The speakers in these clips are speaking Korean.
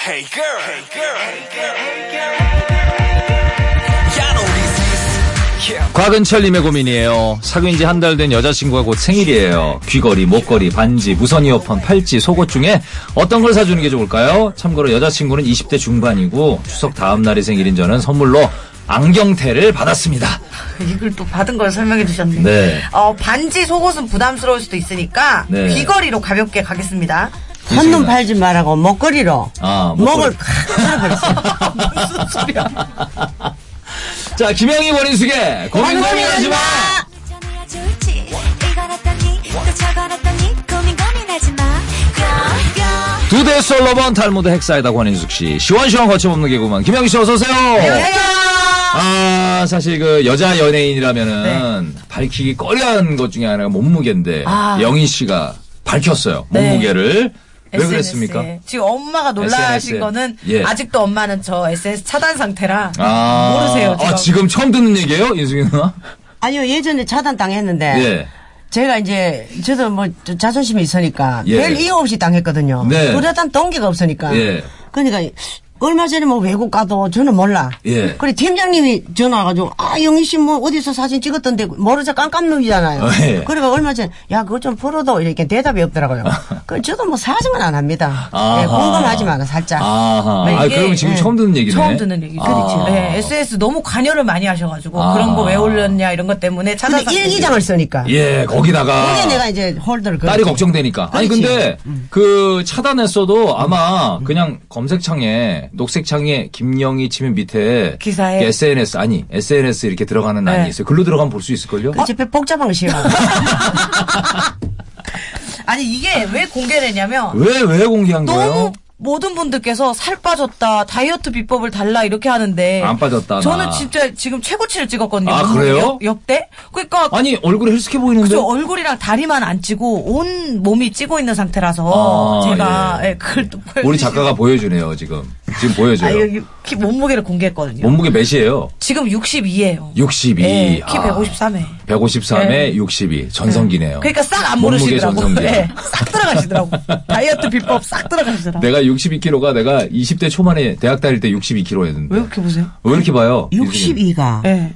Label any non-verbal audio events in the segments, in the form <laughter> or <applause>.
Hey girl, hey girl, hey girl, hey girl. Y'all know this is yeah. 곽은철님의 고민이에요. 사귄 지 한 달 된 여자친구가 곧 생일이에요. 귀걸이, 목걸이, 반지, 무선 이어폰, 팔찌, 속옷 중에 어떤 걸 사주는 게 좋을까요? 참고로 여자친구는 20대 중반이고 추석 다음 날이 생일인 저는 선물로 안경테를 받았습니다. 그 이걸 또 받은 걸 설명해 주셨네. 네. 어, 반지 속옷은 부담스러울 수도 있으니까 네. 귀걸이로 가볍게 가겠습니다. 한눈 팔지 말라고 먹거리로 아, 먹을 목걸이. 칵 썰어버렸어요. <laughs> 그 무슨 소리야? 자, 김영희 원인숙의 고민 고민하지 마. 전해야 좋을지 이걸 어떠니 또 저걸 어떠니 고민 고민하지 마 Go, go. 두 대 솔로번 탈모드 핵사이다 권인숙 씨. 시원시원 거침없는 개그맨 김영희 씨 어서 오세요. 아, 사실 그 여자 연예인이라면은 밝히기 꺼려한 것 중에 하나가 몸무게인데 네. 아. 네. 영희 씨가 밝혔어요. 몸무게를. 왜 그랬습니까? SNS에. 지금 엄마가 놀라신 SNS. 거는 예. 아직도 엄마는 저 SNS 차단 상태라 아. 모르세요. 지금. 아, 지금 처음 듣는 얘기예요, 인숙이 누나? 아니요 예전에 차단 당했는데 네. 예. 제가 이제 저도 뭐저 자존심이 있으니까 예. 별 이유 없이 당했거든요. 네. 그러단 동기가 없으니까. 예. 그러니까 얼마 전에 뭐 외국 가도 저는 몰라. 예. 그래 팀장님이 전화 와가지고 아 영희 씨 뭐 어디서 사진 찍었던데 모르자 깜깜놀이잖아요. 어, 예. 그래가 얼마 전에 야 그거 좀 풀어도 이렇게 대답이 <laughs> 없더라고요. 그 저도 뭐 사진은 안 합니다. 아하. 예, 궁금하지만 살짝. 아하. 아, 이게, 그럼 지금 예. 처음 듣는 얘기네. 처음 듣는 얘기. 아. 네, SNS 너무 관여를 많이 하셔가지고 아. 그런 거 왜 올렸냐 이런 것 때문에 차단 근데 상태. 일기장을 쓰니까. 예, 거기다가. 그게 내가 이제 홀더를 딸이 걸었지. 걱정되니까. 아니 그렇지. 근데 음. 그 차단했어도 아마 그냥 검색창에 녹색창에 김영희 치면 밑에 기사에? SNS 아니 SNS 이렇게 들어가는 란이 네. 있어요. 글로 들어가면 볼 수 있을걸요? 그 집에 복잡한 거 싫어. <laughs> 아니 이게 왜 공개되냐면 아, 왜 왜 공개한 너무 거예요? 모든 분들께서 살 빠졌다, 다이어트 비법을 달라 이렇게 하는데 안 빠졌다, 나. 저는 진짜 지금 최고치를 찍었거든요. 아, 몸무게 그래요? 역- 역대? 그러니까 아니 얼굴이 헬스케 보이는데. 그저 얼굴이랑 다리만 안 찌고 온 몸이 찌고 있는 상태라서 아, 제가 예. 예, 그걸 또 보여주시- 우리 작가가 보여주네요 지금. 지금 아, 보여줘요. 여기 키 몸무게를 공개했거든요. 몸무게 몇이에요? 지금 62예요. 62. 예, 키 아. 153에. 153에 네. 62. 전성기네요. 그러니까 싹 안 몸무게 모르시더라고. 전성기야. <laughs> 예, 싹 들어가시더라고. 다이어트 비법 싹 들어가시더라고. 내가 62kg가 내가 20대 초반에 대학 다닐 때 62kg였는데. 왜 이렇게 보세요? 왜 이렇게 봐요? 인생이? 62가 예.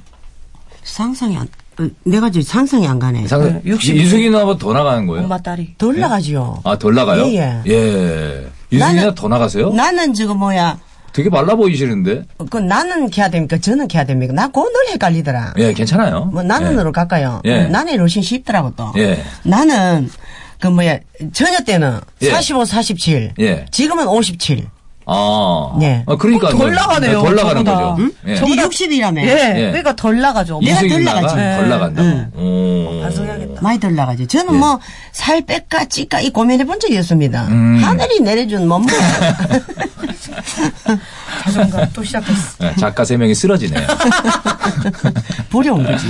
상상이 안, 어, 내가 지금 상상이 안 가네. 상, 네, 62. 이승희 누나보다 더 나가는 거예요? 엄마 딸이. 덜 나가지요. 아, 덜 나가요? 예, 예. 이승희 나는- 누나 더 나가세요? 나는 지금 뭐야, 되게 말라 보이시는데? 어, 그 나는 캐야 됩니까? 저는 캐야 됩니까? 나 그거 늘 헷갈리더라. 예, 괜찮아요. 뭐 나는으로 갈까요? 예. 나는 로신 쉽더라고 또. 예. 나는 그 뭐야, 저녁 때는 예. 45, 47. 예. 지금은 57. 아. 예. 아, 그러니까. 그럼 덜 나가네요, 덜 나가는 저보다. 거죠. 응? 예. 저- 이 저보다- 60이라며. 예. 예. 그러니까 덜 나가죠. 내가 이승희 덜 누나가 나가지. 덜 예. 나간다고. 응. 오. 반성해야겠다. 많이 덜 나가지. 저는 예. 뭐 살 뺄까 찔까 이 고민해 본 적이 없습니다. 음. 하늘이 <laughs> 내려준 몸무게. 자존감 또 시작했어. 예, 작가 세 명이 <laughs> 쓰러지네요. 부려운 거지.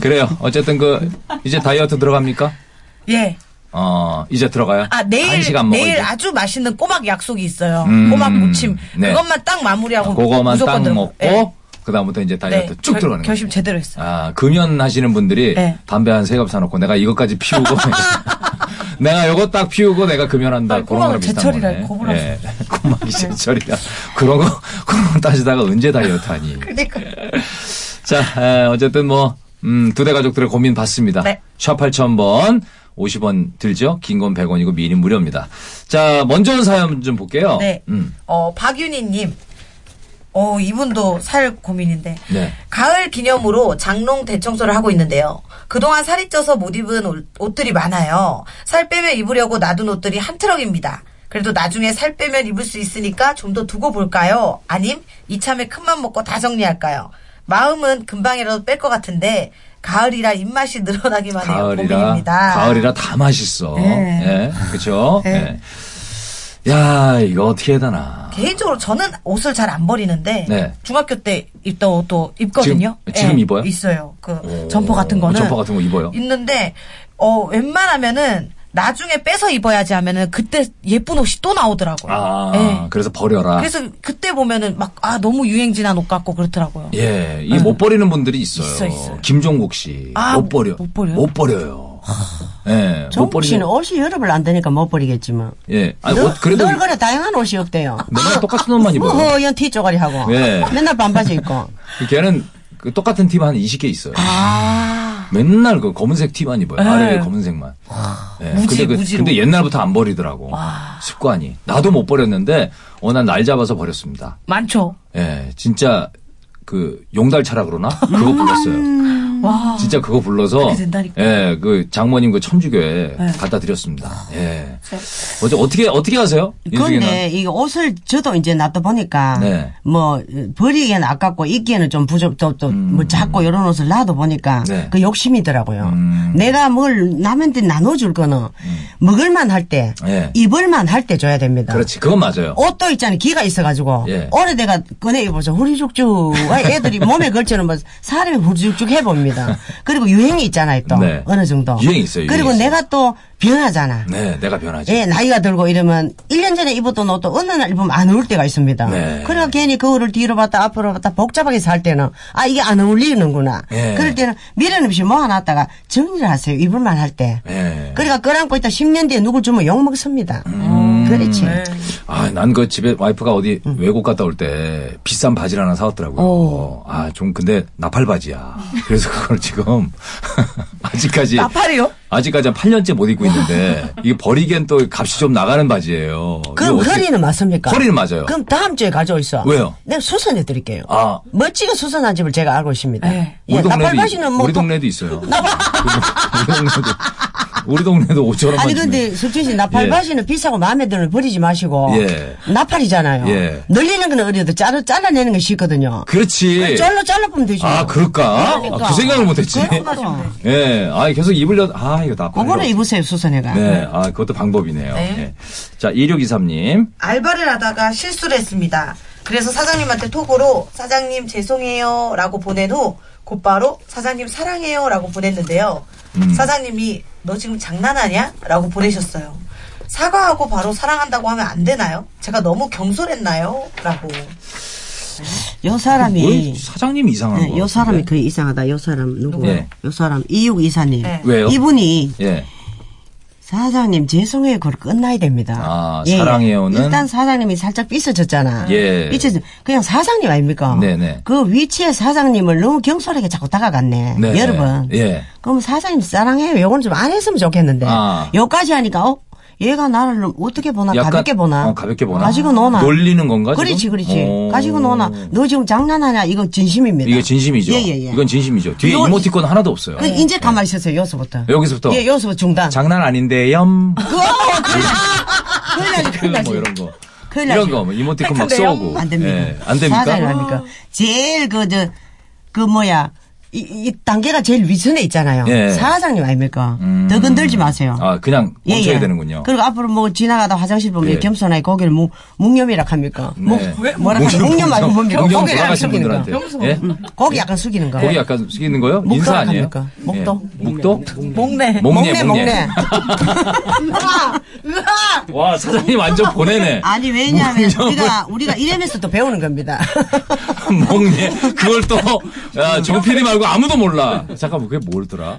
그래요. 어쨌든 그, 이제 다이어트 들어갑니까? 예. 어, 이제 들어가요? 아, 내일, 간식 안 먹어, 내일 이제? 아주 맛있는 꼬막 약속이 있어요. 음, 꼬막 무침. 네. 그것만 딱 마무리하고. 그거만 무조건 딱 들어- 먹고, 예. 그다음부터 이제 다이어트 네. 쭉 결- 들어가는 거예요. 결심 제대로 했어요. 아, 금연하시는 분들이 네. 담배 한 세 갑 사놓고 내가 이것까지 피우고 <laughs> <laughs> 내가 요거 딱 피우고 내가 금연한다. 아니, 그런 거랑 꼬막은 비슷한 제철이라 거네. 겁을 안 예. <laughs> 꼬막이 제철이라. 그런 거, <laughs> 그런 거 따지다가 언제 다이어트 하니. 그러니까. 자, 에, 어쨌든 뭐, 음, 두 대 가족들의 고민 봤습니다. 네. 샵 8000번, 50원 들죠? 긴 건 100원이고 미니 무료입니다. 자, 먼저 온 사연 좀 볼게요. 네. 음. 어, 박윤희님. 어, 이분도 살 고민인데. 네. 가을 기념으로 장롱 대청소를 하고 있는데요. 그동안 살이 쪄서 못 입은 옷- 옷들이 많아요. 살 빼면 입으려고 놔둔 옷들이 한 트럭입니다. 그래도 나중에 살 빼면 입을 수 있으니까 좀 더 두고 볼까요? 아님 이참에 큰맘 먹고 다 정리할까요? 마음은 금방이라도 뺄 것 같은데 가을이라 입맛이 늘어나기만 해요. 가을이라 고민입니다. 가을이라 다 맛있어. 네. 예, 그렇죠. 네. 예. 야 이거 어떻게 해야 되나. 개인적으로 저는 옷을 잘 안 버리는데 네. 중학교 때 입던 옷도 입거든요. 예, 지금- 지금 입어요? 있어요. 그 오. 점퍼 같은 거는 점퍼 같은 거 입어요? 있는데 어 웬만하면은 나중에 빼서 입어야지 하면은 그때 예쁜 옷이 또 나오더라고요. 아 예. 그래서 버려라. 그래서 그때 보면은 막 아 너무 유행진한 옷 같고 그렇더라고요. 예, 이 못 버리는 분들이 있어요. 네. 있어, 있어요. 김종국 씨. 아, 못 버려. 못 버려요? 못 버려요. 예. 못 버리는. 어? 정치는 옷이 여름을 안 되니까 못 버리겠지만. 예. 아니, 늘, 옷 그래도 늘 그래 다양한 옷이 없대요. 맨날 똑같은 옷만 <laughs> 입어요. 뭐 허연 티 쪼가리 하고. 예. 맨날 반바지 입고. 걔는 그 똑같은 티만 한 20개 있어요. 맨날 그 검은색 티만 입어요. 아래 검은색만. 예, 무지, 근데, 그, 무지로. 근데 옛날부터 안 버리더라고. 습관이. 나도 못 버렸는데, 어, 난 날 잡아서 버렸습니다. 많죠. 예, 진짜 그 용달차라 그러나? 그거 불렀어요. 와. 진짜 그거 불러서 그렇게 된다니까. 예, 그 장모님 그 천주교에 갖다 드렸습니다. 예. 어제 어떻게 어떻게 하세요? 그런데 이 옷을 저도 이제 놔둬 보니까 네. 뭐 버리기에는 아깝고 입기에는 좀 부족 또또뭐 작고 이런 옷을 놔둬 보니까 음. 네. 그 욕심이더라고요. 음. 내가 뭘 남한테 나눠줄 거는 먹을만 할 때, 예. 입을만 할 때 줘야 됩니다. 그렇지. 그건 맞아요. 옷도 있잖아요. 기가 있어가지고. 예. 오래돼가 꺼내 입어서 후리죽죽. 아, <laughs> 애들이 몸에 걸쳐는 뭐 사람이 후리죽죽 해봅니다. 그리고 유행이 있잖아요. 또 네. 어느 정도. 유행이 있어요, 유행이 그리고 있어요. 내가 또 변하잖아. 네, 내가 변하지. 예, 나이가 들고 이러면 1년 전에 입었던 옷도 어느 날 입으면 안 어울 때가 있습니다. 네. 그래서 괜히 거울을 뒤로 봤다 앞으로 봤다 복잡하게 살 때는 아 이게 안 어울리는구나. 예. 그럴 때는 미련 없이 모아놨다가 정리를 하세요. 입을만 할 때. 예. 그러니까 끌안고 있다 10년 뒤에 누굴 주면 욕먹습니다. 음. 그렇지. 아, 난 그 집에 와이프가 어디 외국 갔다 올 때 비싼 바지를 하나 사왔더라고요. 어. 아, 좀 근데 나팔 바지야. 그래서 그걸 지금 <laughs> 아직까지 나팔이요? 아직까지 한 8년째 못 입고 있는데 이게 버리기엔 또 값이 좀 나가는 바지예요. 그럼 이거 어떻게- 허리는 맞습니까? 허리는 맞아요. 그럼 다음 주에 가져오셔. 왜요? 내가 수선해 드릴게요. 아. 멋지게 수선한 집을 제가 알고 있습니다. 네. 우리 예, 동네도 나팔바지는 있- 뭐 우리 또- 동네도 있어요. 우리 동네도 우리 동네도 5천 원만 아니 주면. 근데 석진 씨 나팔바지는 비싸고 마음에 드는 걸 버리지 마시고 예. 나팔이잖아요. 예. 늘리는 건 어려도 잘라 잘라내는 게 쉽거든요. 그렇지. 쫄로 아, 잘라 보면 되죠. 아, 그럴까? 아, 그 생각을 못 했지. 그러니까. 예. 아, 계속 입으려 아, 이거 나팔. 그거는 입으세요 수선해가. 네, 아, 그것도 방법이네요. 네. 예. 자, 2623님. 알바를 하다가 실수를 했습니다. 그래서 사장님한테 톡으로 사장님 죄송해요 라고 보낸 후 곧바로 사장님 사랑해요 라고 보냈는데요. 사장님이 너 지금 장난하냐? 라고 보내셨어요. 사과하고 바로 사랑한다고 하면 안 되나요? 제가 너무 경솔했나요? 라고. 요 뭘 사람이 뭐 사장님이 이상한 네, 거. 요 사람이 같은데. 거의 이상하다. 요 사람 누구? 예. 요 사람 이육 이사님. 네. 왜요? 이분이 예. 사장님 죄송해요 그걸 끝나야 됩니다. 예, 아, 사랑해요는? 일단 사장님이 살짝 삐쳐졌잖아. 예. 삐쳐졌. 그냥 사장님 아닙니까? 네네. 그 위치에 사장님을 너무 경솔하게 자꾸 다가갔네. 네. 여러분. 예. 그럼 사장님 사랑해요. 요건 좀 안 했으면 좋겠는데. 아. 요까지 하니까 어 얘가 나를 어떻게 보나 약간- 가볍게 보나. 어, 가볍게 보나? 가지고 노나. 놀리는 건가, 지금? 그렇지 그렇지. 오. 가지고 노나. 너 지금 장난하냐? 이거 진심입니다. 이게 진심이죠. 예예예. 이건 진심이죠. 뒤에 이건- 이모티콘 하나도 없어요. 그 이제 가만히 있었어요. 여기서부터. 여기서부터. 예, 여기서부터 중단. 장난 아닌데염. 그거 큰일 나지. 큰일 <laughs> 나지. 뭐 이런 거. 큰일 이런 나죠. 거, 뭐 이모티콘 막 팩트인데요? 쏘고. 안 됩니다. 예, 안 됩니까? 사장님 아닙니까? 제일 그, 저, 그 뭐야. 이, 이 단계가 제일 위선에 있잖아요. 예. 사장님 아닙니까? 음. 더 건들지 마세요. 예, 아, 그냥 멈춰야 되는군요. 그리고 앞으로 뭐 지나가다 화장실 보면 예. 네. 겸손하게 고개를 묵, 묵념이라 합니까? 묵, 왜? 뭐라 뭐, 하지? 묵념 말고 뭡니까? 묵념 고개를 약간 돌아가신 숙이는 거. 분들한테. 예? 고개 약간 숙이는 거. 거기 약간 숙이는 거요? 뭐, 목도 인사 아니에요? 합니까? 목도? 예. 목도? 목내. 목내, 목내, 목내. 목내. 으아! <laughs> 으아! 와, 사장님 완전 보내네. <laughs> <laughs> 아니 왜냐하면 목념을- 우리가 우리가 이러면서 또 <laughs> 배우는 겁니다. 먹네. 그걸 <laughs> 또, 야, 정 PD 말고 아무도 몰라. 잠깐만, 그게 뭘더라?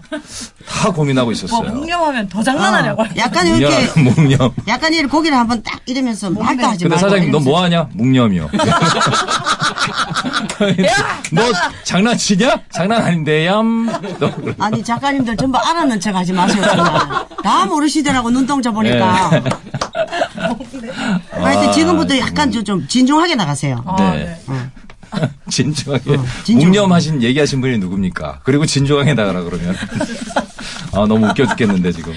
다 고민하고 뭐 있었어요. 묵념하면 더 장난하냐고. 약간 이렇게 <laughs> 묵념. 묵념. 약간 이를 고개를 한번 딱 이러면서 말도 뭐 하지 근데 말고. 사장님, 너 이러면서 뭐 하냐? <laughs> 묵념이요. <laughs> 너 뭐, 장난치냐? 장난 아닌데, <laughs> 얌. 너 그래. 아니 작가님들 전부 알아는 척 하지 마세요. 정말. 다 모르시더라고 눈동자 보니까. 예. 하여튼 아, 지금부터 약간 좀- 좀 진중하게 나가세요. 아, 네. 네. <laughs> 진중하게. 어, 진중하게. 묵념하신, 얘기하신 분이 누굽니까? 그리고 진중하게 나가라 <laughs> 그러면. 아, 너무 웃겨 죽겠는데, 지금.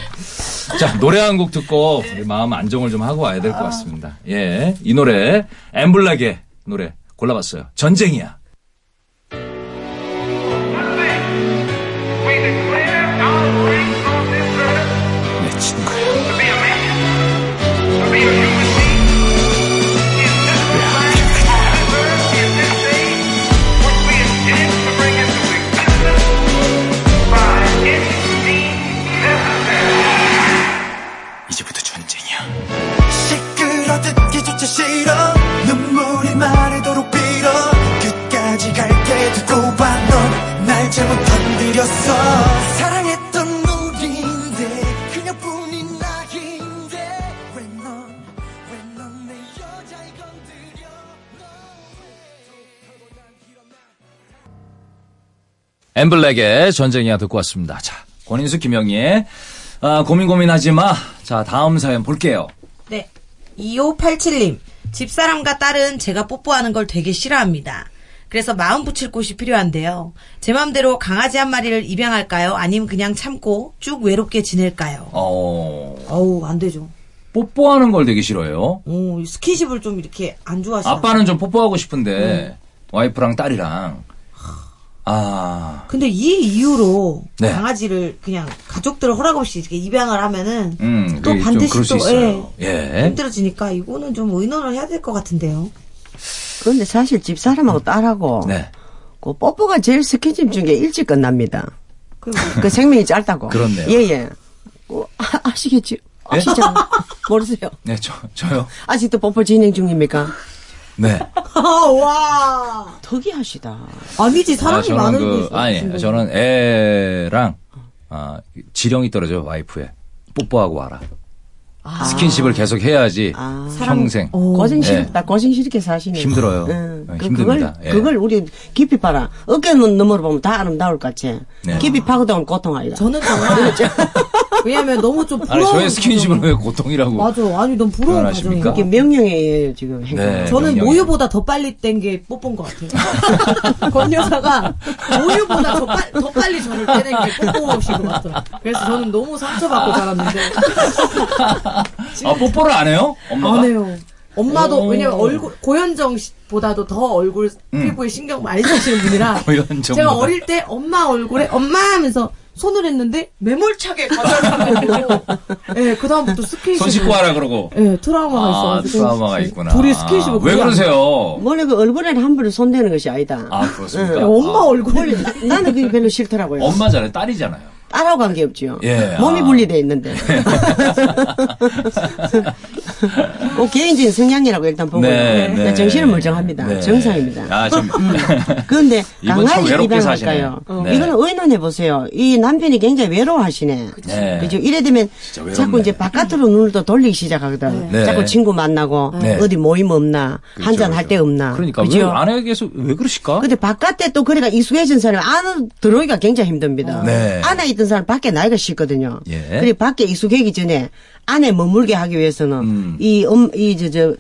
자, 노래 한 곡 듣고 우리 마음 안정을 좀 하고 와야 될 아. 것 같습니다. 예. 이 노래, 엠블랙의 노래 골라봤어요. 전쟁이야. We declare our reign on this earth 내 친구. to be a man, to be a human being. In this society, this earth, in this day, which we intend to bring into existence by any means necessary. 이제부터 전쟁이야. 시끄러듣기 조차 싫어 눈물이 마르도록 빌어 끝까지 갈게 두고 봐넌날 잘못 건드렸어 사랑했던 우리 엠블랙의 전쟁이야 듣고 왔습니다. 자, 권인수 김영희의 아, 고민 고민하지 마. 자, 다음 사연 볼게요. 네. 2587님. 집사람과 딸은 제가 뽀뽀하는 걸 되게 싫어합니다. 그래서 마음 붙일 곳이 필요한데요. 제 마음대로 강아지 한 마리를 입양할까요? 아님 그냥 참고 쭉 외롭게 지낼까요? 어, 어우, 안 되죠. 뽀뽀하는 걸 되게 싫어해요. 오, 스킨십을 좀 이렇게 안 좋아하시나 아빠는 좀 뽀뽀하고 네. 싶은데 와이프랑 딸이랑 아, 근데 이 이유로 네. 강아지를 그냥 가족들 허락 없이 이렇게 입양을 하면은 음, 그게 또좀 반드시 그럴 수 또 있어요. 예. 힘들어지니까 이거는 좀 의논을 해야 될 것 같은데요. 그런데 사실 집 사람하고 딸하고 네, 그 뽀뽀가 제일 스킨십 중에 일찍 끝납니다. 그리고 그 생명이 짧다고. 그렇네요. 예? 예예. 아, 아시겠지? 아시죠? <laughs> 모르세요? 네, 저 저요. 아직도 뽀뽀 진행 중입니까? 네. 아, 와 특이하시다. 아니지 아, 사람이 저는 많은 그 게 아니, 저는 애랑 아, 지령이 떨어져 와이프에 뽀뽀하고 와라. 아. 스킨십을 계속 해야지 평생. 고생 싫다. 고생 싫게 사시네. 예. 힘들어요. 네, 힘듭니다. 그걸, 예. 그걸 우리 깊이 봐라. 어깨는 너머로 보면 다 아름다울 것 같지. 네. 깊이 파고들면 고통 아니다. 저는 정말 <laughs> 왜냐면 너무 좀 아니, 부러운 저의 스킨십을 가정. 왜 고통이라고? 맞아 아니 너무 부러운 불안하십니까? 가정이에요. 이게 명령이에요, 지금. 행동. 어. 네, 저는 명령이에요. 모유보다 더 빨리 뗀 게 뽀뽀인 것 같아요. <laughs> 권 여사가 모유보다 더, 빨, 더 빨리 저를 떼낸 게 뽀뽀인 것 같더라고요. 그래서 저는 너무 상처받고 자랐는데. <laughs> 아, 뽀뽀를 안 해요? 엄마가? 안 해요. 엄마도, 오. 음. 왜냐면 얼굴, 고현정 씨보다도 더 얼굴, 피부에 신경 많이 쓰시는 <laughs> 분이라. 고현정보다. 제가 어릴 때 엄마 얼굴에 엄마 하면서 손을 했는데 <laughs> 매몰차게 가져가고. 예, 그다음부터 스킨십. 손 씻고 하라 그러고. 예, 트라우마가 아, 있어가지고. 트라우마가 있구나. 둘이 스킨십을 아, 왜 거의 안 해요. 그러세요? 원래 그 얼굴에는 함부로 손대는 것이 아니다. 아, 그렇습니까? 야, 엄마 아, 어, 얼굴. 원래 나- 나는 그게 별로 싫더라고요. 엄마잖아요. <laughs> 딸이잖아요. 따라오 관계 없지요. 예, 몸이 아. 분리돼 <laughs> 있는데. 꼭 개인적인 성향이라고 일단 보고요. 네. 그러니까 정신은 멀쩡합니다. 네. 정상입니다. 음. 아, 좀. 그런데 <laughs> 이분 참 강아지 외롭게 입양할까요? 어, 사시네. 네. 이거는 의논해 보세요. 이 남편이 굉장히 외로워하시네. 네. 그죠? 이래 되면 외롭네. 음. 자꾸 이제 바깥으로 눈을 또 돌리기 시작하거든. 네. 자꾸 친구 만나고 네. 그렇죠, 어디 모임 없나 한잔 할 때 없나. 그러니까 그죠? 왜 아내에게서 왜 그러실까? 어? 근데 바깥에 또 그래가 익숙해진 사람이 안으로 들어오기가 굉장히 힘듭니다. 네. 안에 있던 사람 밖에 나이가 쉽거든요. 예. 그리고 밖에 익숙해기 전에 안에 머물게 하기 위해서는 음. 이, 음, 이, 저, 저,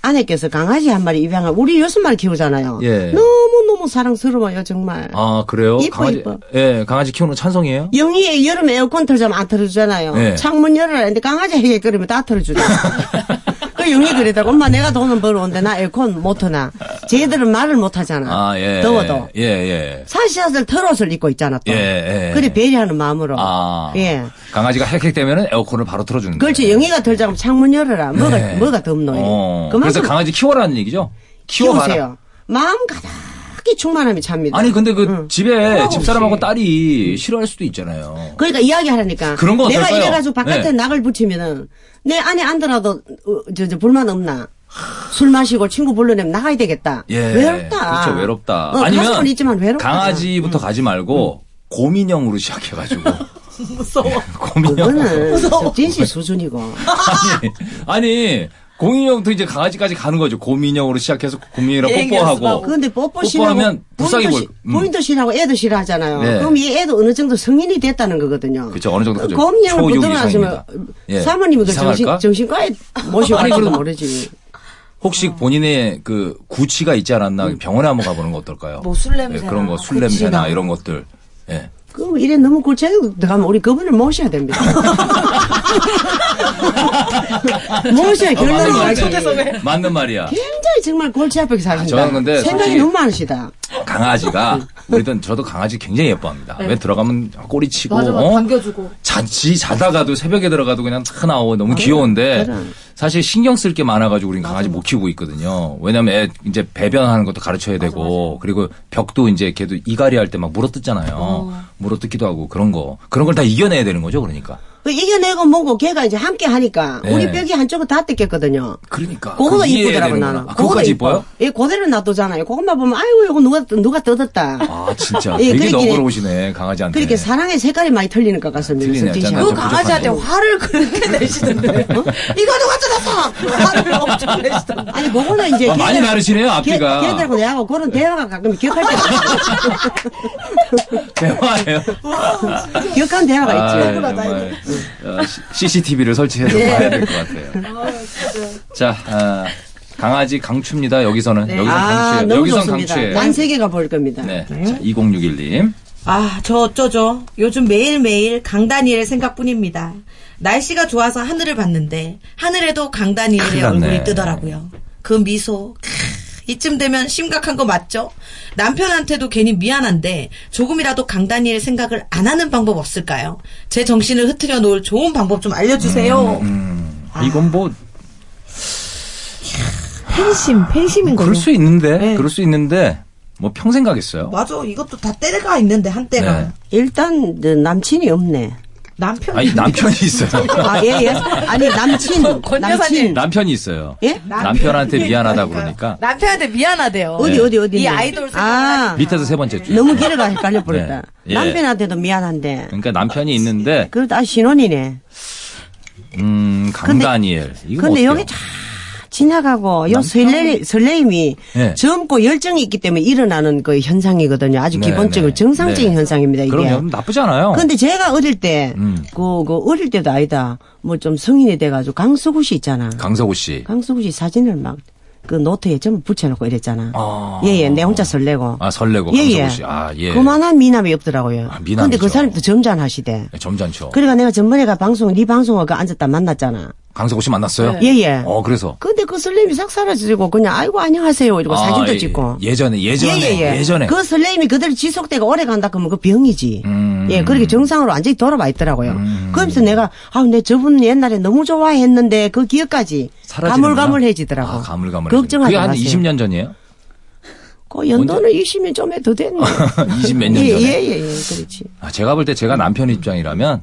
아내께서 강아지 한 마리 입양한 우리 여섯 마리 키우잖아요. 예. 너무너무 사랑스러워요, 정말. 아, 그래요? 이뻐, 강아지 이뻐. 예, 강아지 키우는 찬성이에요? 영희의 여름 에어컨 틀자면 안 틀어주잖아요. 네. 창문 열어라 했는데 강아지 해게 끓이면 <laughs> 다 틀어주죠. 그 영희 그러다가 엄마 내가 돈은 벌어온데 나 에어컨 못 트나. 쟤들은 말을 못 하잖아. 아, 예. 더워도. 예, 예. 사시사슬 털옷을 입고 있잖아 또. 예, 예. 그래 배려하는 마음으로. 아. 예. 강아지가 헥헥되면은 에어컨을 바로 틀어주는. 그렇지 영희가 털자면 창문 열어라. 뭐가 뭐가 덥노. 네. 어. 그래서 그만큼 강아지 키워라는 얘기죠? 키워봐라. 키우세요. 마음 가득히 충만함이 찹니다. 아니 근데 그 응. 집에 집사람하고 딸이 싫어할 수도 있잖아요. 그러니까 이야기하라니까. 그런 거 내가 어떨까요? 이래가지고 바깥에 네. 낙을 붙이면은 내 안에 앉더라도 어, 저, 저 불만 없나. 술 마시고 친구 불러내면 나가야 되겠다. 예. 외롭다. 그렇죠, 외롭다. 어, 가슴은 아니면 있지만 외롭다. 강아지부터 가지 말고 곰인형으로 <laughs> 시작해가지고 무서워. 곰인형. 그거는 접진시 수준이고. <laughs> 아니, 아니 곰인형부터 이제 강아지까지 가는 거죠. 곰인형으로 시작해서 곰인이랑 뽀뽀하고. 그런데 뽀뽀 싫어하고 뽀뽀하면 불쌍해 보일. 음. 부인도 싫어하고 애도 싫어하잖아요. 네. 그럼 이 애도 어느 정도 성인이 됐다는 거거든요. 그렇죠, 어느 정도 그 하죠. 검령을 초육 부등하시면 이상입니다. 예. 사모님이 그 이상할까? 정신, 정신과에 모시고 아니, 갈지도 그래도- 모르지. 어. 혹시 본인의 그 구취가 있지 않았나 음. 병원에 한번 가보는 거 어떨까요? 뭐 술 냄새나 예, 그런 거 술 냄새나 이런 것들. 예. 그럼 이래 너무 구체적으로 들어가면 우리 그분을 <laughs> 모셔야 됩니다. 모셔야 어, 결론이 나지. 맞는 말이야. 맞는 말이야. 굉장히 정말 골치 아프게 사신다. 저는 근데 생각이 솔직히- 너무 많으시다. 강아지가 우리도 저도 강아지 굉장히 예뻐합니다. 왜 들어가면 꼬리 치고 맞아, 맞아. 어? 반겨주고. 자지 자다가도 새벽에 들어가도 그냥 다 나오고 너무 귀여운데 사실 신경 쓸 게 많아가지고 우린 강아지 못 키우고 있거든요. 왜냐면 애 이제 배변하는 것도 가르쳐야 되고 그리고 벽도 이제 걔도 이갈이 할 때 막 물어뜯잖아요. 물어뜯기도 하고 그런 거 그런 걸 다 이겨내야 되는 거죠 그러니까 그 이겨내고 뭐고 걔가 이제 함께 하니까 네. 우리 뼈기 한쪽은 다 뜯겼거든요. 그러니까 그거가 그걸 이해해야 이쁘더라고 되는구나. 나는. 아, 그것까지 이뻐요? 예, 그대로 놔두잖아요. 그것만 보면 아이고 이거 누가 누가 뜯었다. 아 진짜 예, 되게 그러긴 해. 너그러우시네 강아지한테 그렇게 사랑의 색깔이 많이 틀리는 것 같습니다. 틀리네요. 성진 씨. 짠, 그 짠. 그 강아지한테 화를 그렇게 내시던데. 이거 누가 뜯었어? 화를 엄청 내시던데. 아니 그거는 이제 아, 많이 걔들- 다르시네요 걔- 앞뒤가 걔들하고 내하고 그런 대화가 가끔 기억할 때 <laughs> 대화예요 아, 기억하는 대화가 네. 있지. 정말 어, 시- CCTV를 설치해서 봐야 될 것 <laughs> 같아요 자 아, 강아지 강추입니다 여기서는 여기선 아 강추예요 너무 여기선 좋습니다. 강추예요 난 세계가 볼 겁니다. 네, 자, 2061님 아, 저 어쩌죠? 요즘 매일매일 강다니엘 생각뿐입니다. 날씨가 좋아서 하늘을 봤는데 하늘에도 강다니엘의 큰일 났네. 얼굴이 뜨더라고요. 그 미소. 크, 이쯤 되면 심각한 거 맞죠? 남편한테도 괜히 미안한데 조금이라도 강다니엘 생각을 안 하는 방법 없을까요? 제 정신을 흐트려 놓을 좋은 방법 좀 알려주세요. 음. 아. 이건 뭐 팬심, 팬심인 거죠. 그럴 수 있는데 네. 그럴 수 있는데 뭐 평생 가겠어요 맞아, 이것도 다 때가 있는데 한때가 네. 일단 네, 남친이 없네. 남편. 아니 남편이 <laughs> 있어요 아 예예. 아니 남친 <laughs> 권 남친 여사님. 남편이 있어요 예? 남편한테 미안하다 그러니까 남편한테 미안하대요. 어디 어디 어디 예. 이 있네. 아이돌 아 밑에서 세 번째 줄 너무 길어가 헷갈려 버렸다. 네. 예. 남편한테도 미안한데. 그러니까 남편이 있는데 그래도 아 신혼이네. 음 강다니엘 이거 근데 어때요? 그 여기 쫙 지나가고 요 설레, 설레임이 네. 젊고 열정이 있기 때문에 일어나는 그 현상이거든요. 아주 네, 기본적으로 네. 정상적인 네. 현상입니다. 이게. 그럼요 나쁘지 않아요. 근데 제가 어릴 때, 음. 그, 그, 어릴 때도 아니다. 뭐 좀 성인이 돼가지고 강수구 씨 있잖아. 강서구 씨. 강수구 씨 사진을 막, 그 노트에 전부 붙여놓고 이랬잖아. 아. 예, 예. 내 혼자 설레고. 아 설레고 예, 예. 강서구 씨. 아 예. 그만한 미남이 없더라고요. 아, 미남이죠. 근데 그 사람도 점잖하시대. 예, 점잖죠. 그러니까 내가 전번에 가 방송, 네 방송에 가 앉았다 만났잖아. 강서구 씨 만났어요? 예, 예. 어 그래서. 근데 그 설렘이 싹 사라지고 그냥 아이고 안녕하세요 이러고 아, 사진도 예, 찍고 예전에 예전에 예, 전에 그 설렘이 그대로 지속되고 오래 간다 그러면 그 병이지 음. 예 그렇게 정상으로 완전히 돌아와 있더라고요 그러면서 내가 아 내 저분 옛날에 너무 좋아했는데 그 기억까지 가물가물해지더라고 아, 가물가물. 걱정하지 그게 한 마세요 20년 전이에요? 그 연도는 20년 좀에 <laughs> 더 됐네 20 몇 년 예, 전에. 예예예 그렇지 아, 제가 볼 때 제가 남편 입장이라면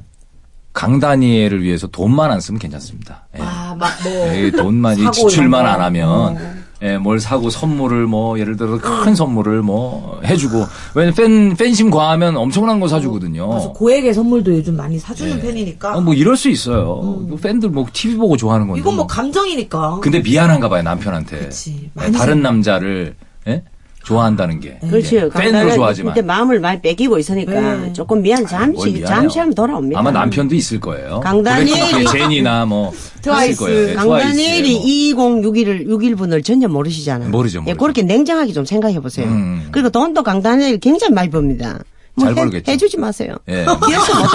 강다니엘을 위해서 돈만 안 쓰면 괜찮습니다. 예. 아, 막 뭐. 예, 돈만 이 사고 지출만 이런 안 거. 하면 예, 뭘 사고 선물을 뭐 예를 들어 큰 선물을 뭐 해주고 왜냐면 팬 팬심 과하면 엄청난 거 어, 그래서 사주거든요. 고액의 선물도 요즘 많이 사주는 팬이니까. 어, 뭐 이럴 수 있어요. 팬들 뭐 TV 보고 좋아하는 그 건데. 음. 이건 뭐 감정이니까. 근데 미안한가 봐요 남편한테. 그치. 예, 많이 다른 남자를 예? 좋아한다는 게. 예, 그렇죠 팬으로 좋아하지만. 근데 마음을 많이 빼기고 있으니까 네. 조금 미안 뭘 잠시 미안해요. 잠시 하면 돌아옵니다 아마 남편도 있을 거예요. 강다니엘이- 그랬던 게 제니나 뭐 <laughs> 트와이스. 있을 거예요. 예, 트와이스에 뭐. 강단일이 2061을 61분을 전혀 모르시잖아요. 모르죠, 모르죠. 예, 그렇게 냉정하게 좀 생각해 보세요. 음. 그리고 돈도 강단일 굉장히 많이 법니다. 뭐 잘 해- 벌겠죠. 해주지 마세요. 예. 기억도 못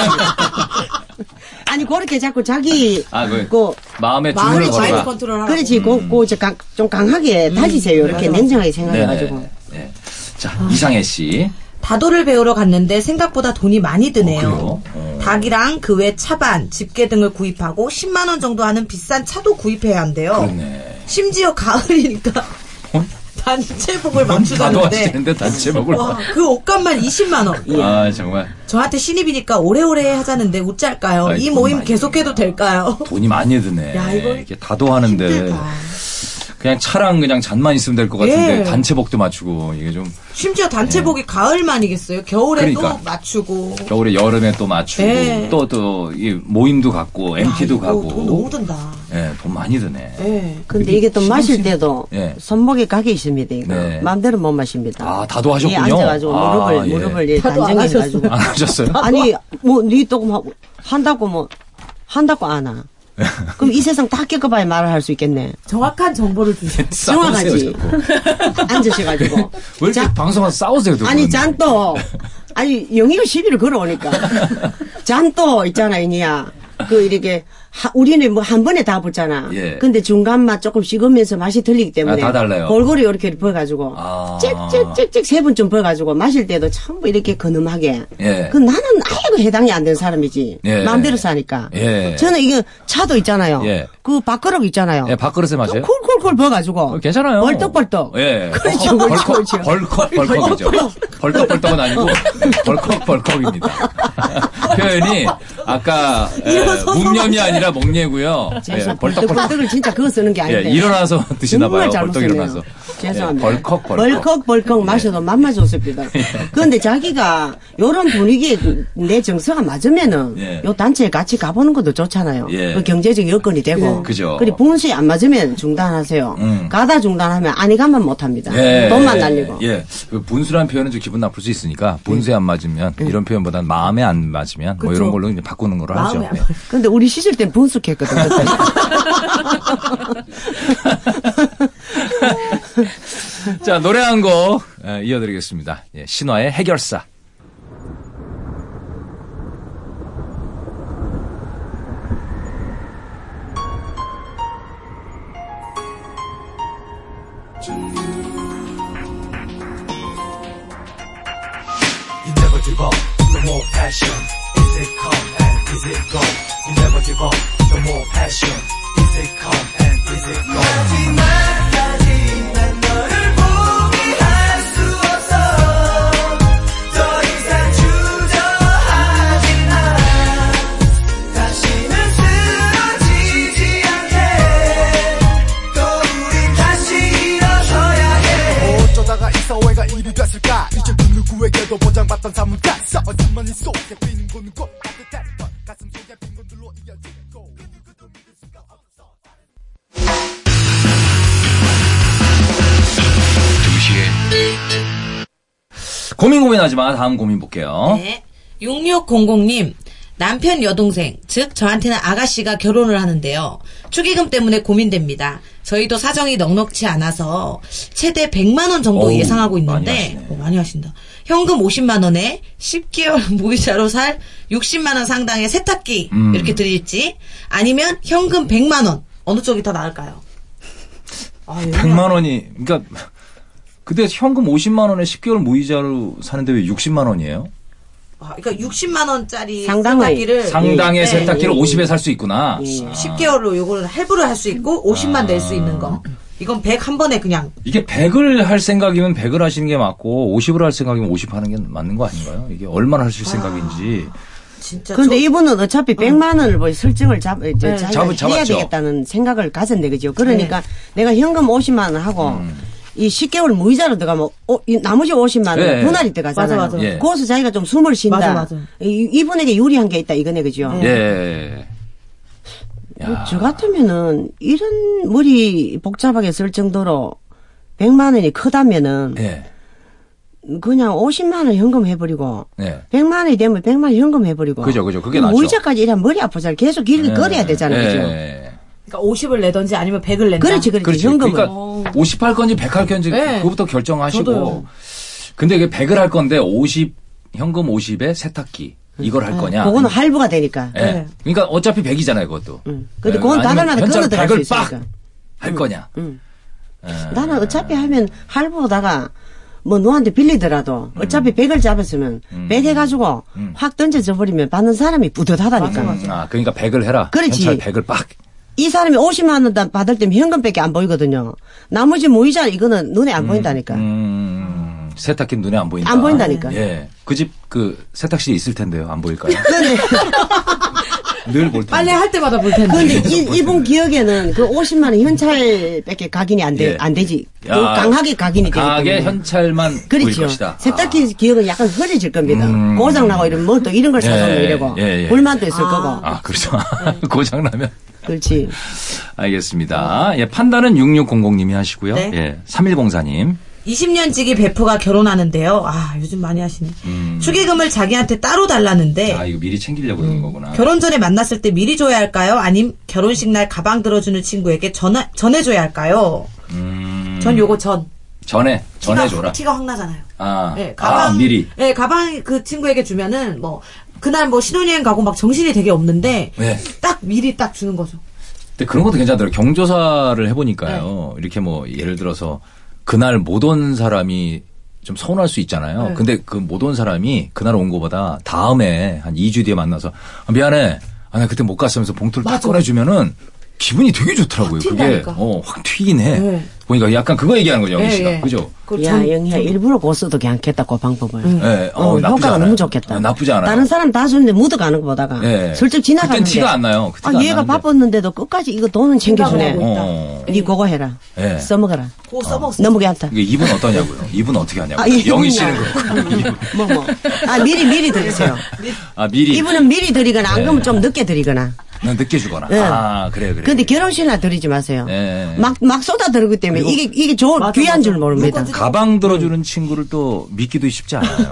<laughs> 아니 그렇게 자꾸 자기 아, 그, 그 마음에 주문을 마음을 마인드 걸어라. 음, 컨트롤하라고. 그렇지 그그좀 강하게 다지세요. 이렇게 냉정하게 생각해 가지고. 네네. 예. 자 이상해 씨. 다도를 배우러 갔는데 생각보다 돈이 많이 드네요. 어, 그래요? 어. 닭이랑 그 외 차반, 집게 등을 구입하고 10만 원 정도 하는 비싼 차도 구입해야 한대요. 그렇네. 심지어 가을이니까 어? 단체복을 다도 맞추다는데 예. 하시는데 단체복을. 와, 그 옷값만 20만 원. 아 정말 저한테 신입이니까 오래오래 하자는데 어쩔까요? 아이, 이 돈 모임 많이 계속해도 될까요? <laughs> 돈이 많이 드네. 야, 이거 이렇게 다도 하는데 힘들다. 그냥 차랑 그냥 잔만 있으면 될 것 같은데 예. 단체복도 맞추고 이게 좀 심지어 단체복이 가을만이겠어요. 겨울에도 그러니까. 맞추고. 겨울에 여름에 또 맞추고 예. 또 또 이 모임도 갖고 MT도 아이고, 돈 가고. 너무 든다. 예, 돈 많이 드네. 예. 근데 이게 또 마실 때도 예. 손목에 각이 있습니다. 이거 네. 마음대로 못 마십니다. 아, 다도 하셨군요. 예, 앉아가지고 아, 무릎을 예. 무릎을 예, 다도 안 단정해가지고. 안 하셨어요? 아니, 뭐, 니 조금 하- 한다고 뭐, 한다고 <laughs> 안 하. 그럼 이 세상 다 겪어봐야 말을 할 수 있겠네. 정확한 정보를 <laughs> 주세요. 싸우세요, 정확하지. 자꾸. 앉으셔가지고. 왜 이렇게 자, 방송에서 싸우세요, 두 아니, 분은? 잔또, 아니, 영희가 시비를 <laughs> 걸어오니까. 잔또 있잖아, 이니야. 그, 이렇게, 하- 우리는 뭐 한 번에 다 붙잖아. 예. 근데 중간 맛 조금 식으면서 맛이 들리기 때문에. 아, 다 달라요. 골고루 이렇게 부어가지고. 아. 짹짹짹짹 세 번 좀 부어가지고 마실 때도 전부 이렇게 거늠하게. 예. 그 나는 아예 그 해당이 안 되는 사람이지. 예. 마음대로 사니까. 예. 저는 이게 차도 있잖아요. 예. 그 밥그릇 있잖아요. 예, 밥그릇에 맞아요. 콜콜콜 어, 버가지고. 괜찮아요. 벌떡벌떡. 예. 그렇죠, 그렇죠, 그렇죠. 벌컥, 벌컥이죠. 벌떡벌떡은 아니고, 벌컥, <laughs> 벌컥입니다. 표현이, 아까, 예, 일어서서 묵념이 맞아요. 아니라 먹예고요. 예, 죄송합니다. 벌떡, 벌떡. 벌떡벌떡을 진짜 그거 쓰는 게 예, 아닌데. 일어나서 <laughs> 드시나봐요. 정말 잘못 벌떡 썼네요. 일어나서. 죄송합니다. 예, 벌컥, 네. 예. 벌컥. 벌컥, 벌컥 마셔도 맛만 <laughs> 좋습니다. 그런데 자기가 요런 분위기에 내 정서가 맞으면은 예. 요 단체에 같이 가보는 것도 좋잖아요. 예. 그 경제적 여건이 되고. 그죠. 리고 분수에 안 맞으면 중단하세요. 음. 가다 중단하면 아니가만 못합니다. 예, 돈만 예, 날리고. 네. 예. 그 분수란 표현은 좀 기분 나쁠 수 있으니까 분수에 안 맞으면 이런 표현보단 마음에 안 맞으면 뭐 이런 걸로 이제 바꾸는 걸로 하죠. 마음에 안 예. 근데 우리 시절 땐 분석했거든. 그때. 자 노래 한 곡 이어드리겠습니다. 예, 신화의 해결사. 어쩌다가 이 사회가 이리 됐을까 이제 그 누구에게도 보장받던 삶은 갔어 어둠만이 속에 비는 고는 꽃 따뜻한 것 가슴 속에 빈 건들로 이어지고 그 누구도 믿을 수가 없어 고민 고민하지 마. 다음 고민 볼게요. 네. 6600님. 남편 여동생, 즉 저한테는 아가씨가 결혼을 하는데요. 축의금 때문에 고민됩니다. 저희도 사정이 넉넉치 않아서 최대 100만 원 정도 어우, 예상하고 많이 있는데 하시네. 어, 많이 하신다. 현금 50만 원에 10개월 <laughs> 무이자로 살 60만 원 상당의 세탁기 음. 이렇게 드릴지 아니면 현금 100만 원 어느 쪽이 더 나을까요? 아, 예. 100만 원이 그러니까 그때 현금 50만 원에 10개월 무이자로 사는데 왜 60만 원이에요? 아, 그러니까 60만 원짜리 상당의 세탁기를 상당의 네. 세탁기를 50에 살 수 있구나. 네. 10개월로 요거는 할부를 할 수 있고 50만 낼 아. 수 있는 거. 이건 100 한 번에 그냥 이게 100을 할 생각이면 100을 하시는 게 맞고 50을 할 생각이면 50 하는 게 맞는 거 아닌가요? 이게 얼마나 할 수 있을 생각인지. 진짜 그런데 이분은 어차피 100만 원을 뭐 설정을 잡, 이제 네. 자기가 잡- 해야 잡았죠. 되겠다는 생각을 가졌네, 그죠? 그러니까 내가 현금 50만 원 하고 이 10개월 무이자로 들어가면 오- 이 나머지 50만 원 예, 예. 분할이 들어가잖아요. 맞아, 맞아. 예. 거기서 자기가 좀 숨을 쉰다. 맞아, 맞아. 이, 이분에게 유리한 게 있다, 이거네, 그죠? 뭐 예. 야. 저 같으면은 이런 머리 복잡하게 쓸 정도로 100만 원이 크다면은 예. 그냥 50만 원 현금 해버리고 예. 100만 원이 되면 100만 원 현금 해버리고. 그죠, 그죠. 그게 그럼 낫죠. 무이자까지 이러면 머리 아파서 계속 길을 끌어야 되잖아요. 예. 그죠? 그러니까 50을 내던지 아니면 100을 낸다. 그렇지, 그렇지. 그렇지. 현금은. 그러니까 50할 건지 100할 건지 네. 그거부터 결정하시고. 저도요. 근데 이게 100을 할 건데 50 현금 50에 세탁기 이걸 할 거냐? 네. 음. 그거는 할부가 되니까. 예. 그러니까 어차피 100이잖아요, 그것도. 응. 근데 예, 그건 아니면 다달마다 현찰 끌어 들어갈 수 100을 빡! 있으니까. 음. 할 거냐? 응. 예. 나는 어차피 하면 할부다가 뭐 너한테 빌리더라도 음. 어차피 100을 잡았으면 100 해가지고 확 던져져 버리면 받는 사람이 뿌듯하다니까. 아, 그러니까 100을 해라. 그렇지. 현찰 100을 빡. 이 사람이 50만 원 다- 받을 때면 현금밖에 안 보이거든요. 나머지 무이자 이거는 눈에 안 보인다니까. 음, 세탁기 눈에 안 보인다. 안 보인다니까. 예. 그 집, 그, 세탁실이 있을 텐데요. 안 보일까요? <laughs> 늘 볼 텐데. 빨래 할 때마다 볼그 텐데. <laughs> 근데 이, 이분 기억에는 그 50만 원 현찰밖에 각인이 안, 돼, 예. 안 되지. 야. 또 강하게 각인이 되기 강하게 때문에. 현찰만 보일 그렇죠. 것이다. 아. 세탁기 기억은 약간 흐려질 겁니다. 음. 고장나고 이런 뭐 또 이런 걸 예, 사놓는 이래고 예, 예. 불만도 있을 거고. 아, 아, 그렇죠. <laughs> 고장나면. 그렇지. 알겠습니다. 예, 판단은 6600님이 하시고요. 네. 예, 3104님. 20년 지기 베프가 결혼하는데요. 아, 요즘 많이 하시네. 음. 축의금을 자기한테 따로 달라는데 아, 이거 미리 챙기려고 그러는 거구나. 결혼 전에 만났을 때 미리 줘야 할까요? 아님 결혼식 날 가방 들어주는 친구에게 전화, 전해줘야 할까요? 음, 전 요거 전. 전에, 전해줘라. 티가, 티가 확 나잖아요. 아, 예, 아, 미리. 예, 가방 그 친구에게 주면은 뭐 그날 뭐 신혼여행 가고 막 정신이 되게 없는데 예. 딱 미리 딱 주는 거죠. 근데 그런 것도 괜찮더라고요. 경조사를 해보니까요. 네. 이렇게 뭐, 예를 들어서, 그날 못 온 사람이 좀 서운할 수 있잖아요. 네. 근데 그 못 온 사람이 그날 온 거보다 다음에 한 2주 뒤에 만나서, 아, 미안해. 아, 나 그때 못 갔으면서 봉투를 딱 꺼내주면은, 기분이 되게 좋더라고요. 확 그게 튄다니까. 어, 확 튀긴 해. 네. 보니까 약간 그거 얘기하는 거죠, 네, 영희 예, 씨가. 예. 그죠? 그 야, 전- 음. 영희야, 일부러 고수도 괜찮겠다, 그 방법을. 예, 어, 나쁘지 효과가 않아요. 너무 좋겠다. 어, 나쁘지 않아요. 다른 사람 다 주는데 묻어가는 거 보다가. 예. 슬쩍 지나가는데. 그땐 티가 안 나요. 그 아, 티가 안 얘가 나는데. 바빴는데도 끝까지 이거 돈은 생각을 챙겨주네. 하고. 어. 니 그거 해라. 예. 써먹어라. 그거 써먹었어. 너무 괜찮다. 이게 입은 어떠냐고요. 입은 어떻게 하냐고. 아, 요 이분요. 영희 씨는 그렇고. <laughs> 뭐, 뭐. 아, 미리, 미리 드리세요. 아, <laughs> 미리. 예. 이분은 미리 드리거나, 안 그러면 좀 늦게 드리거나. 난 늦게 주거나. 예. 아, 그래요, 그래요. 근데 결혼식이나 드리지 마세요. 예. 막, 막 쏟아 들기 때문에 이게, 이게 좋은, 귀한 음. 줄 모릅니다. 가방 들어주는 친구를 또 믿기도 쉽지 <laughs> 않아요.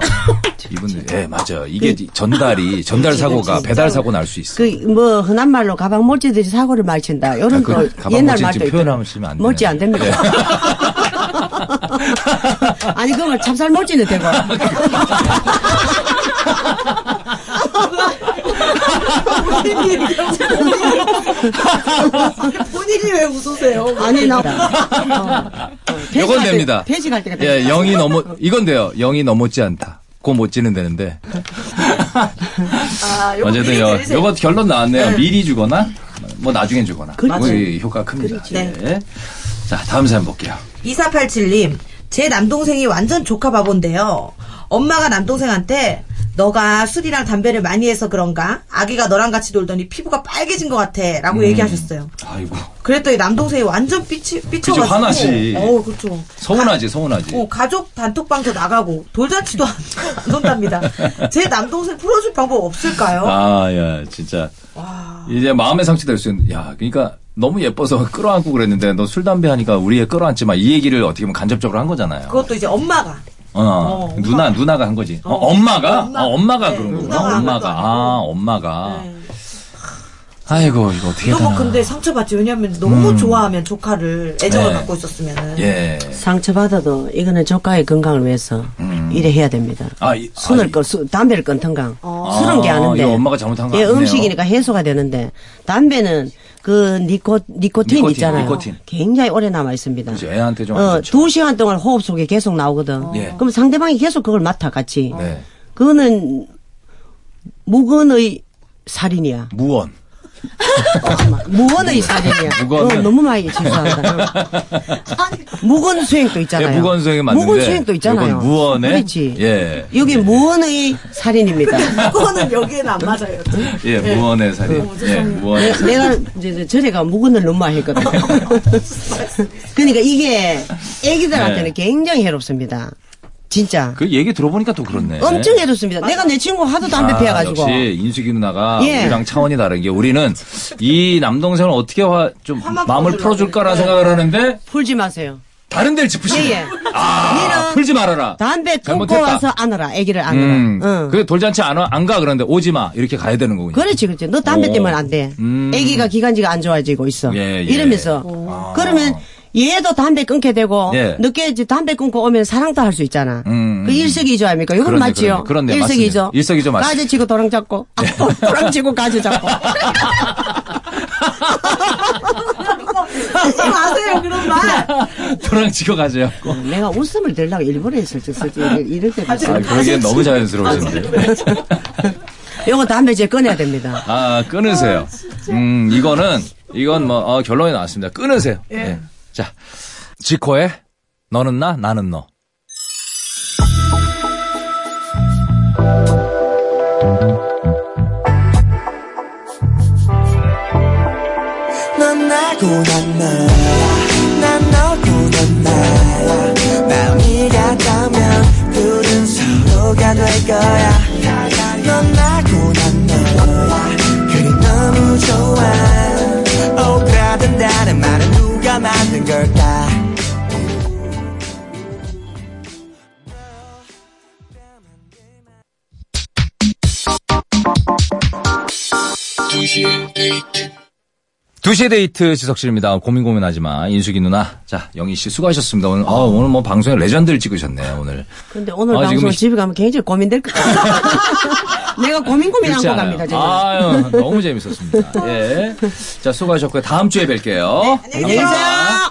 이분들, 예, 맞아요. 이게 전달이, 전달 사고가 배달 사고 날 수 있어. 그, 뭐, 흔한 말로 가방 몰지들이 사고를 많이 친다. 이런 그 거, 가방 옛날 몰지 말도 지금 있 표현하시면 안 네. 몰지 되는데. 안 됩니다. <laughs> 아니, 그걸 찹쌀 몰지는 되고. 본인이 왜 웃으세요? 아니, 나. 어, 어, 요건 때- 됩니다. 퇴직할 때가 예, 됩니다. 영이 넘어, 이건 돼요. 영이 넘어지 않다. 고 못지는 되는데. 아, 요거 어쨌든 미리 요, 드리세요. 요거 결론 나왔네요. 미리 주거나, 뭐 나중에 주거나. 그렇죠. 뭐 이 효과가 큽니다. 네. 예. 자, 다음 사연 볼게요. 2487님, 어. 제 남동생이 완전 조카 바본데요. 엄마가 남동생한테 너가 술이랑 담배를 많이 해서 그런가? 아기가 너랑 같이 놀더니 피부가 빨개진 것 같아. 라고 음. 얘기하셨어요. 아이고. 그랬더니 남동생이 완전 삐치, 삐쳐가지고. 화나지. 어, 그쵸. 서운하지, 서운하지. 어, 가족 단톡방도 나가고, 돌잔치도 안 <laughs> 논답니다. 제 남동생 풀어줄 방법 없을까요? 아, 야, 진짜. 이제 마음의 상처될 수 있는, 야, 그러니까 너무 예뻐서 <laughs> 끌어안고 그랬는데 너 술, 담배 하니까 우리 애 끌어안지 마. 이 얘기를 어떻게 보면 간접적으로 한 거잖아요. 그것도 이제 엄마가. 어, 누나, 누나가 한 거지. 어, 엄마가? 아, 엄마가 네, 그런 거구나. 누나가 엄마가. 한 것도 아, 아니고. 엄마가. 네. 아이고, 이거 어떻게 해야 너무 되나. 뭐 음. 근데 상처받지. 왜냐면 너무 좋아하면 조카를, 애정을 네. 갖고 있었으면은. 예. 상처받아도 이거는 조카의 건강을 위해서 이래 해야 됩니다. 음. 아, 이- 아, 술을 이- 끊, 술, 담배를 끊던가. 아, 술은 게 아는데. 이거 엄마가 잘못한 거 예, 아니네요. 음식이니까 해소가 되는데 담배는 그 니코 니코틴, 니코틴, 있잖아요. 니코틴. 굉장히 오래 남아 있습니다. 그죠, 애한테 좀안 어, 좋죠. 두 시간 동안 호흡 속에 계속 나오거든. 예. 그럼 상대방이 계속 그걸 맡아 같이. 네. 그거는 무건의 살인이야. 무언. 무건의 살인이야. <laughs> 무건은- 어, 너무 많이 죄송한다. 무건 수행도 있잖아요. 예, 무건 수행이 맞는데. 무건 수행도 있잖아요. 이건 무언의. 그렇지. 예. 여기 무언의 살인입니다. 네, 그거는 여기에는 안 맞아요. 예, 무언의 살인. 예, 무언의 내- 내가 이제 이제 저래가 무근을 너무 많이 했거든. <laughs> 그러니까 이게 애기들한테는 네. 굉장히 해롭습니다. 진짜. 그 얘기 들어보니까 또 그렇네. 엄청 해롭습니다. 내가 내 친구 하도 담배 아, 피워가지고. 역시 인숙이 누나가 예. 우리랑 차원이 다른 게 우리는 이 남동생을 어떻게 화, 좀 마음을 풀어줄까라는 생각을 하는데 풀지 마세요. 다른 데를 짚으시네. 예, 예. 아, 니는 풀지 말아라. 담배 끊고 잘못했다. 와서 안으라. 애기를 안으라. 음, 응. 그 돌잔치 안, 와- 안 가, 그런데 오지 마. 이렇게 가야 되는 거군요. 그렇지, 그렇지. 너 담배 오. 때문에 안 돼. 음. 애기가 기관지가 안 좋아지고 있어. 예, 예. 이러면서. 그러면 얘도 담배 끊게 되고 예. 늦게 이제 담배 끊고 오면 사랑도 할 수 있잖아. 음, 그 음. 일석이조 아닙니까? 이건 그렇네, 맞지요. 그렇네, 그렇네. 일석이조. 맞습니다. 일석이조 맞습니다. 예. 가지 치고 도랑 잡고, 아, 도랑 치고 가지 잡고. 하지 마세요, 그런 말! <laughs> 도랑 지고 가세요. 내가 웃음을 들려고 일부러 했을 <laughs> 때 솔직히 이럴- 이럴 때가 아, 있어요. 그러기엔 너무 아, 자연스러우신데. 요거 담배 이제 끊어야 됩니다. 아, 끊으세요. 음, 이거는, 이건 뭐, 어, 결론이 나왔습니다. 끊으세요. 예. 자, 지코의 너는 나, 나는 너. 넌 나고 난 나야 난 너고 난 나야 마음이 같다면 둘은 서로가 될 거야 넌 나고 난 너야 그리 너무 좋아 오그라든다는 말은 누가 만든 걸까 두시의 데이트 지석실입니다. 고민 고민하지 마. 인숙이 누나. 자, 영희 씨 수고하셨습니다. 오늘, 아, 오늘 뭐 방송에 레전드를 찍으셨네요, 오늘. 근데 오늘 아, 지금 방송 이- 집에 가면 굉장히 고민될 것 같아요. <laughs> 내가 고민 고민한 그렇지 거 않아요. 갑니다, 지금. 아유, 너무 재밌었습니다. 예. 자, 수고하셨고요. 다음 주에 뵐게요. 안녕히 네, 계세요.